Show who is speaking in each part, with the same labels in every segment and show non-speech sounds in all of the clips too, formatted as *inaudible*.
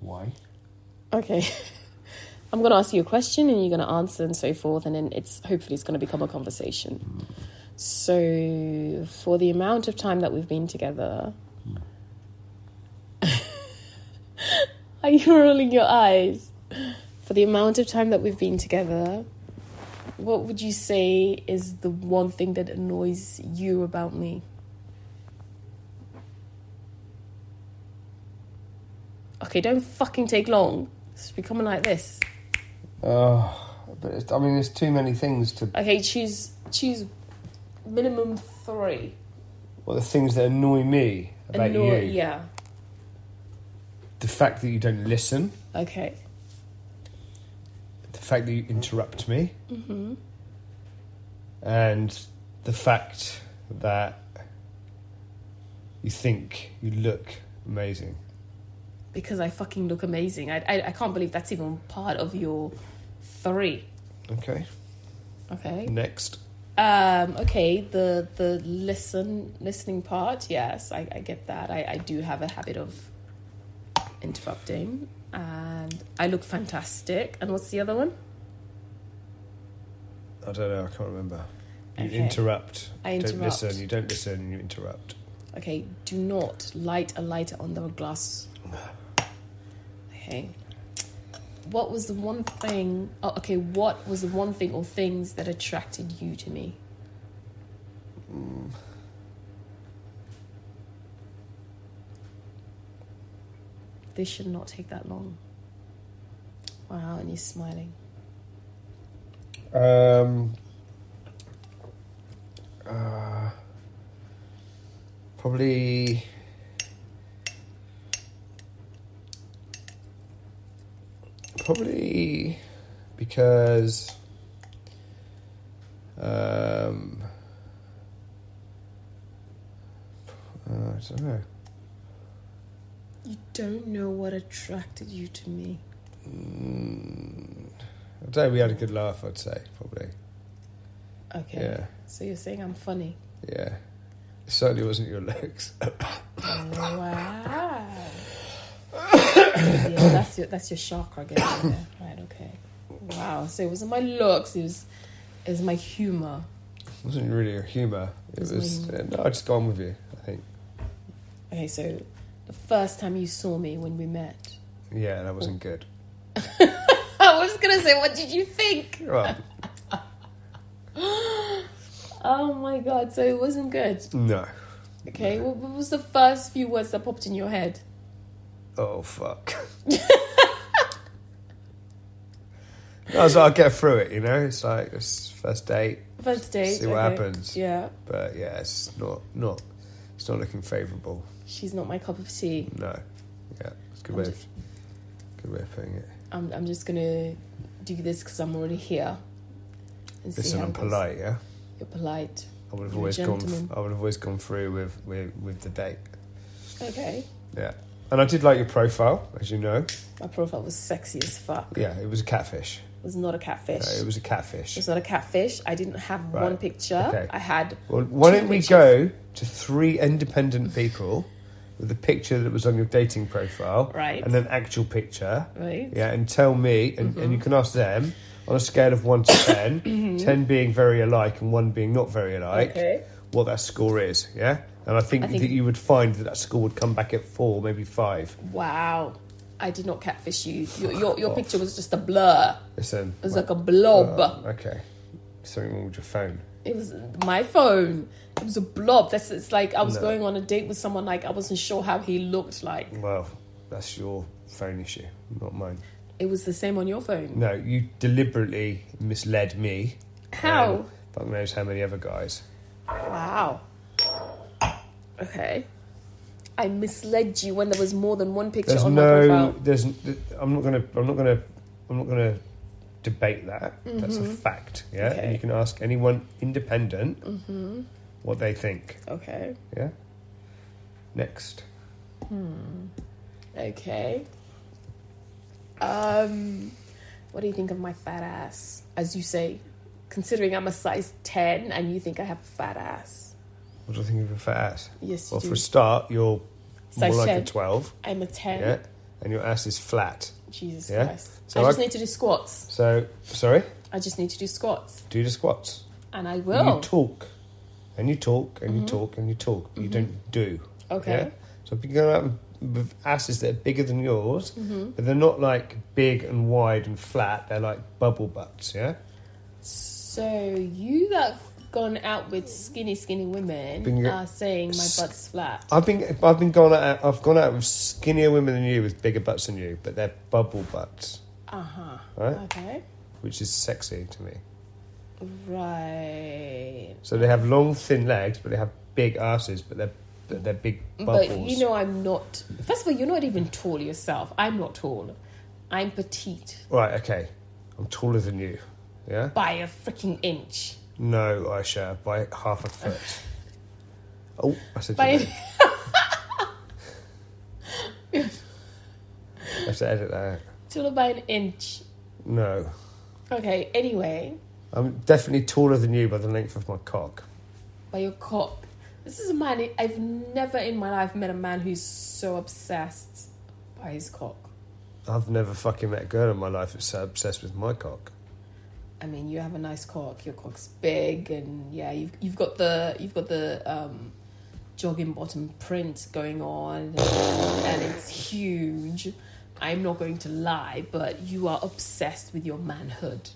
Speaker 1: Why?
Speaker 2: Okay. *laughs* I'm going to ask you a question and you're going to answer and so forth, and then it's hopefully it's going to become a conversation. So, for the amount of time that we've been together, *laughs* are you rolling your eyes? For the amount of time that we've been together, what would you say is the one thing that annoys you about me? Okay, don't fucking take long. It's becoming like this.
Speaker 1: Oh, but it's, I mean, there's too many things to.
Speaker 2: Okay, choose choose minimum three.
Speaker 1: Well, the things that annoy me about
Speaker 2: Annoy-
Speaker 1: you.
Speaker 2: Yeah.
Speaker 1: The fact that you don't listen,
Speaker 2: Okay.
Speaker 1: the fact that you interrupt me,
Speaker 2: Mm-hmm.
Speaker 1: and the fact that you think you look amazing.
Speaker 2: Because I fucking look amazing. I, I I can't believe that's even part of your three.
Speaker 1: Okay,
Speaker 2: Okay.
Speaker 1: next.
Speaker 2: Um, okay, the the listen listening part, yes, I, I get that. I, I do have a habit of interrupting and I look fantastic. And what's the other one?
Speaker 1: I don't know, I can't remember. You
Speaker 2: Okay.
Speaker 1: interrupt.
Speaker 2: I
Speaker 1: you Don't
Speaker 2: interrupt.
Speaker 1: listen, you don't listen, you interrupt.
Speaker 2: Okay, do not light a lighter on the glass. Okay. What was the one thing? Oh, okay, what was the one thing or things that attracted you to me? Mm. This should not take that long. Wow, and you're smiling.
Speaker 1: Um, uh, probably. Probably because. Um, uh, I don't know.
Speaker 2: You don't know what attracted you to me.
Speaker 1: Mm, I don't know, we had a good laugh, I'd say, probably.
Speaker 2: Okay.
Speaker 1: Yeah,
Speaker 2: So you're saying I'm funny.
Speaker 1: yeah. It certainly wasn't your looks.
Speaker 2: Wow. *coughs* yeah, that's your that's your chakra getting in there. Right, okay. Wow. So it wasn't my looks, it was it was my humor.
Speaker 1: It wasn't really a humour. It
Speaker 2: It was
Speaker 1: was.
Speaker 2: my-
Speaker 1: Uh, no, I just gone with you. I think.
Speaker 2: Okay, so the first time you saw me when we met. *laughs*
Speaker 1: Yeah, that wasn't
Speaker 2: Oh.
Speaker 1: good.
Speaker 2: I was gonna say, what did you think?
Speaker 1: Well,
Speaker 2: Oh my god, so it wasn't good.
Speaker 1: no.
Speaker 2: Okay, what, what was the first few words that popped in your head?
Speaker 1: Oh
Speaker 2: *laughs*
Speaker 1: fuck. I was like, I'll get through it. You know, it's like it's first date,
Speaker 2: First date.
Speaker 1: see what
Speaker 2: okay.
Speaker 1: happens.
Speaker 2: Yeah.
Speaker 1: But yeah, it's not not. It's not looking favourable.
Speaker 2: She's not my cup of tea.
Speaker 1: No. Yeah, it's a good
Speaker 2: I'm
Speaker 1: way.
Speaker 2: ju-
Speaker 1: Of, good way of putting it.
Speaker 2: I'm, I'm just gonna do this because I'm already here. and see
Speaker 1: Listen,
Speaker 2: how
Speaker 1: I'm
Speaker 2: it goes.
Speaker 1: polite. Yeah.
Speaker 2: You're polite.
Speaker 1: I would have
Speaker 2: You're a
Speaker 1: always gone.
Speaker 2: gentleman.
Speaker 1: I would have always gone through with with, with the date.
Speaker 2: Okay.
Speaker 1: Yeah. And I did like your profile, as you know.
Speaker 2: My profile was sexy as fuck.
Speaker 1: Yeah, it was a catfish.
Speaker 2: It was not a catfish.
Speaker 1: Yeah, it was a
Speaker 2: It
Speaker 1: catfish.
Speaker 2: was not a catfish. I didn't have
Speaker 1: Right.
Speaker 2: one picture.
Speaker 1: Okay.
Speaker 2: I had
Speaker 1: Well, why
Speaker 2: Two
Speaker 1: don't we
Speaker 2: pictures.
Speaker 1: go to three independent people with the picture that was on your dating profile
Speaker 2: Right.
Speaker 1: and an actual picture?
Speaker 2: right. Mm-hmm.
Speaker 1: Yeah, and tell me, and, and you can ask them on a scale of
Speaker 2: *coughs*
Speaker 1: one to ten, ten being very alike and one being not very alike,
Speaker 2: Okay.
Speaker 1: what that score is. Yeah, and I think,
Speaker 2: I think-
Speaker 1: that you would find that that score would come back at four, maybe five.
Speaker 2: Wow. I did not catfish you. Your your,
Speaker 1: Oh.
Speaker 2: your picture was just a blur.
Speaker 1: Listen,
Speaker 2: It Oh. was like a blob.
Speaker 1: okay, something wrong with your phone.
Speaker 2: It was my phone. It was a blob. That's it's like I was
Speaker 1: No.
Speaker 2: going on a date with someone like I wasn't sure how he looked like.
Speaker 1: Well, that's your phone issue, not mine.
Speaker 2: It was the same on your phone.
Speaker 1: No, you deliberately misled me.
Speaker 2: How?
Speaker 1: and Fuck knows how many other guys.
Speaker 2: Wow. Okay. I misled you when there was more than one picture
Speaker 1: There's
Speaker 2: on my
Speaker 1: no.
Speaker 2: profile.
Speaker 1: There's. I'm not gonna. I'm not gonna. I'm not gonna debate that. That's a fact. Yeah.
Speaker 2: Mm-hmm. Okay. Mm-hmm.
Speaker 1: And you can ask anyone independent what they think.
Speaker 2: Okay.
Speaker 1: Yeah. Next.
Speaker 2: Okay. Um, what do you think of my fat ass? As you say, considering I'm a size 10 and you think I have a fat ass.
Speaker 1: What do you think of a fat ass?
Speaker 2: Yes,
Speaker 1: Well,
Speaker 2: you
Speaker 1: for a
Speaker 2: do.
Speaker 1: start, you're
Speaker 2: Size
Speaker 1: more like a
Speaker 2: 10.
Speaker 1: twelve.
Speaker 2: I'm a 10.
Speaker 1: Yeah. and your ass is flat.
Speaker 2: Jesus
Speaker 1: Yeah.
Speaker 2: Christ.
Speaker 1: So
Speaker 2: I just
Speaker 1: I-
Speaker 2: need to do squats.
Speaker 1: So, sorry,
Speaker 2: I just need to do squats.
Speaker 1: do the squats.
Speaker 2: And I
Speaker 1: And
Speaker 2: will.
Speaker 1: You talk, and you talk, and you talk, and you talk, but you don't do.
Speaker 2: Mm-hmm. Okay.
Speaker 1: So if you go out with asses that are bigger than yours,
Speaker 2: Mm-hmm.
Speaker 1: but they're not like big and wide and flat. They're like bubble butts. Yeah.
Speaker 2: So you that have gone out with skinny, skinny women
Speaker 1: Been go-
Speaker 2: are saying my
Speaker 1: S-
Speaker 2: butt's flat.
Speaker 1: I've been I've been gone out. I've gone out with skinnier women than you, with bigger butts than you, but they're bubble butts,
Speaker 2: Uh huh.
Speaker 1: right?
Speaker 2: Okay.
Speaker 1: Which is sexy to me.
Speaker 2: Right.
Speaker 1: So they have long, thin legs, but they have big asses, but they're but they're big bubbles.
Speaker 2: But you know, I'm not. First of all, you're not even tall yourself. I'm not tall. I'm petite
Speaker 1: right? Okay, I'm taller than you. Yeah.
Speaker 2: by a freaking inch.
Speaker 1: No, Aisha, by half a foot. oh, I said. your
Speaker 2: By
Speaker 1: name. I have to edit that. out.
Speaker 2: *laughs* taller by an inch.
Speaker 1: No,
Speaker 2: Okay. Anyway,
Speaker 1: I'm definitely taller than you by the length of my cock.
Speaker 2: by your cock. This is a man. I've never in my life met a man who's so obsessed by his cock.
Speaker 1: I've never fucking met a girl in my life that's so obsessed with my cock.
Speaker 2: I mean, you have a nice cock. Your cock's big, and yeah, you've you've got the you've got the um, jogging bottom print going on, and it's huge. I'm not going to lie, but you are obsessed with your manhood.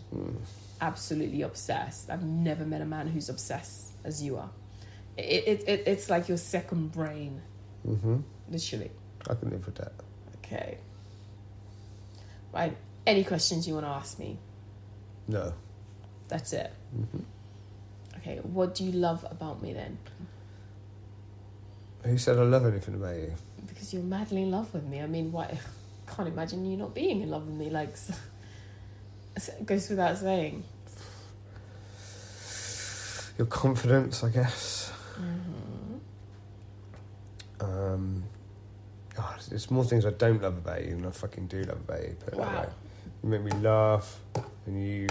Speaker 2: Absolutely obsessed. I've never met a man who's obsessed as you are. It, it, it it's like your second brain,
Speaker 1: hmm
Speaker 2: literally.
Speaker 1: I can live with that.
Speaker 2: Okay. Right. Any questions you want to ask me?
Speaker 1: No.
Speaker 2: That's it.
Speaker 1: Mhm.
Speaker 2: Okay, what do you love about me then?
Speaker 1: Who said I love anything about you?
Speaker 2: Because you're madly in love with me. I mean, why? *laughs* Can't imagine you not being in love with me. Like, *laughs* s- s- it goes without saying.
Speaker 1: Your confidence, I guess.
Speaker 2: Mm-hmm.
Speaker 1: Um, God, there's more things I don't love about you than I fucking do love about you. Put it that
Speaker 2: Wow.
Speaker 1: way. You make me laugh, and you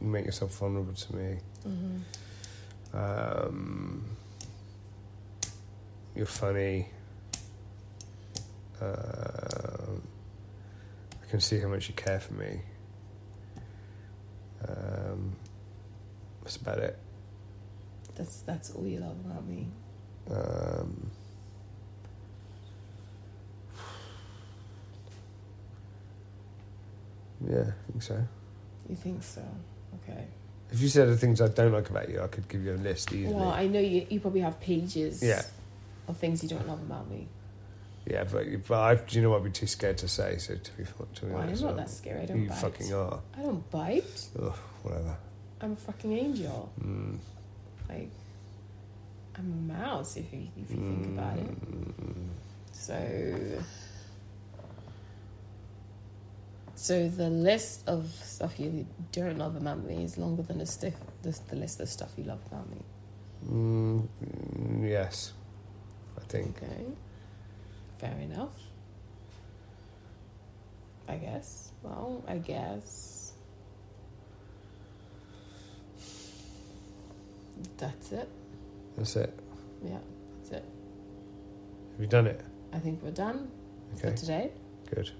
Speaker 1: make yourself vulnerable to me.
Speaker 2: Mm-hmm.
Speaker 1: Um, you're funny. Um I can see how much you care for me. Um, that's about it.
Speaker 2: That's that's all you love about me.
Speaker 1: Um, yeah, I think so.
Speaker 2: You think so? Okay.
Speaker 1: If you said the things I don't like about you, I could give you a list easily.
Speaker 2: Well, I know you. You probably have pages.
Speaker 1: Yeah.
Speaker 2: Of things you don't love about me.
Speaker 1: Yeah, but, but I, do you know what? I'd be too scared to say. So to be, fun- to be
Speaker 2: Well, I'm
Speaker 1: honest,
Speaker 2: not
Speaker 1: um,
Speaker 2: that scary. I don't
Speaker 1: you
Speaker 2: bite.
Speaker 1: fucking are.
Speaker 2: I don't bite.
Speaker 1: Ugh, whatever.
Speaker 2: I'm a fucking angel.
Speaker 1: Mm.
Speaker 2: Like, I'm a mouse. If you if you think about it.
Speaker 1: Mm.
Speaker 2: So, so the list of stuff you don't love about me is longer than the stiff, the, the list of stuff you love about me.
Speaker 1: Mm, mm, yes, I think.
Speaker 2: Okay, fair enough. I guess. Well, I guess that's it.
Speaker 1: That's it.
Speaker 2: Yeah, that's it.
Speaker 1: Have you done it?
Speaker 2: I think we're done
Speaker 1: Okay,
Speaker 2: for today.
Speaker 1: good.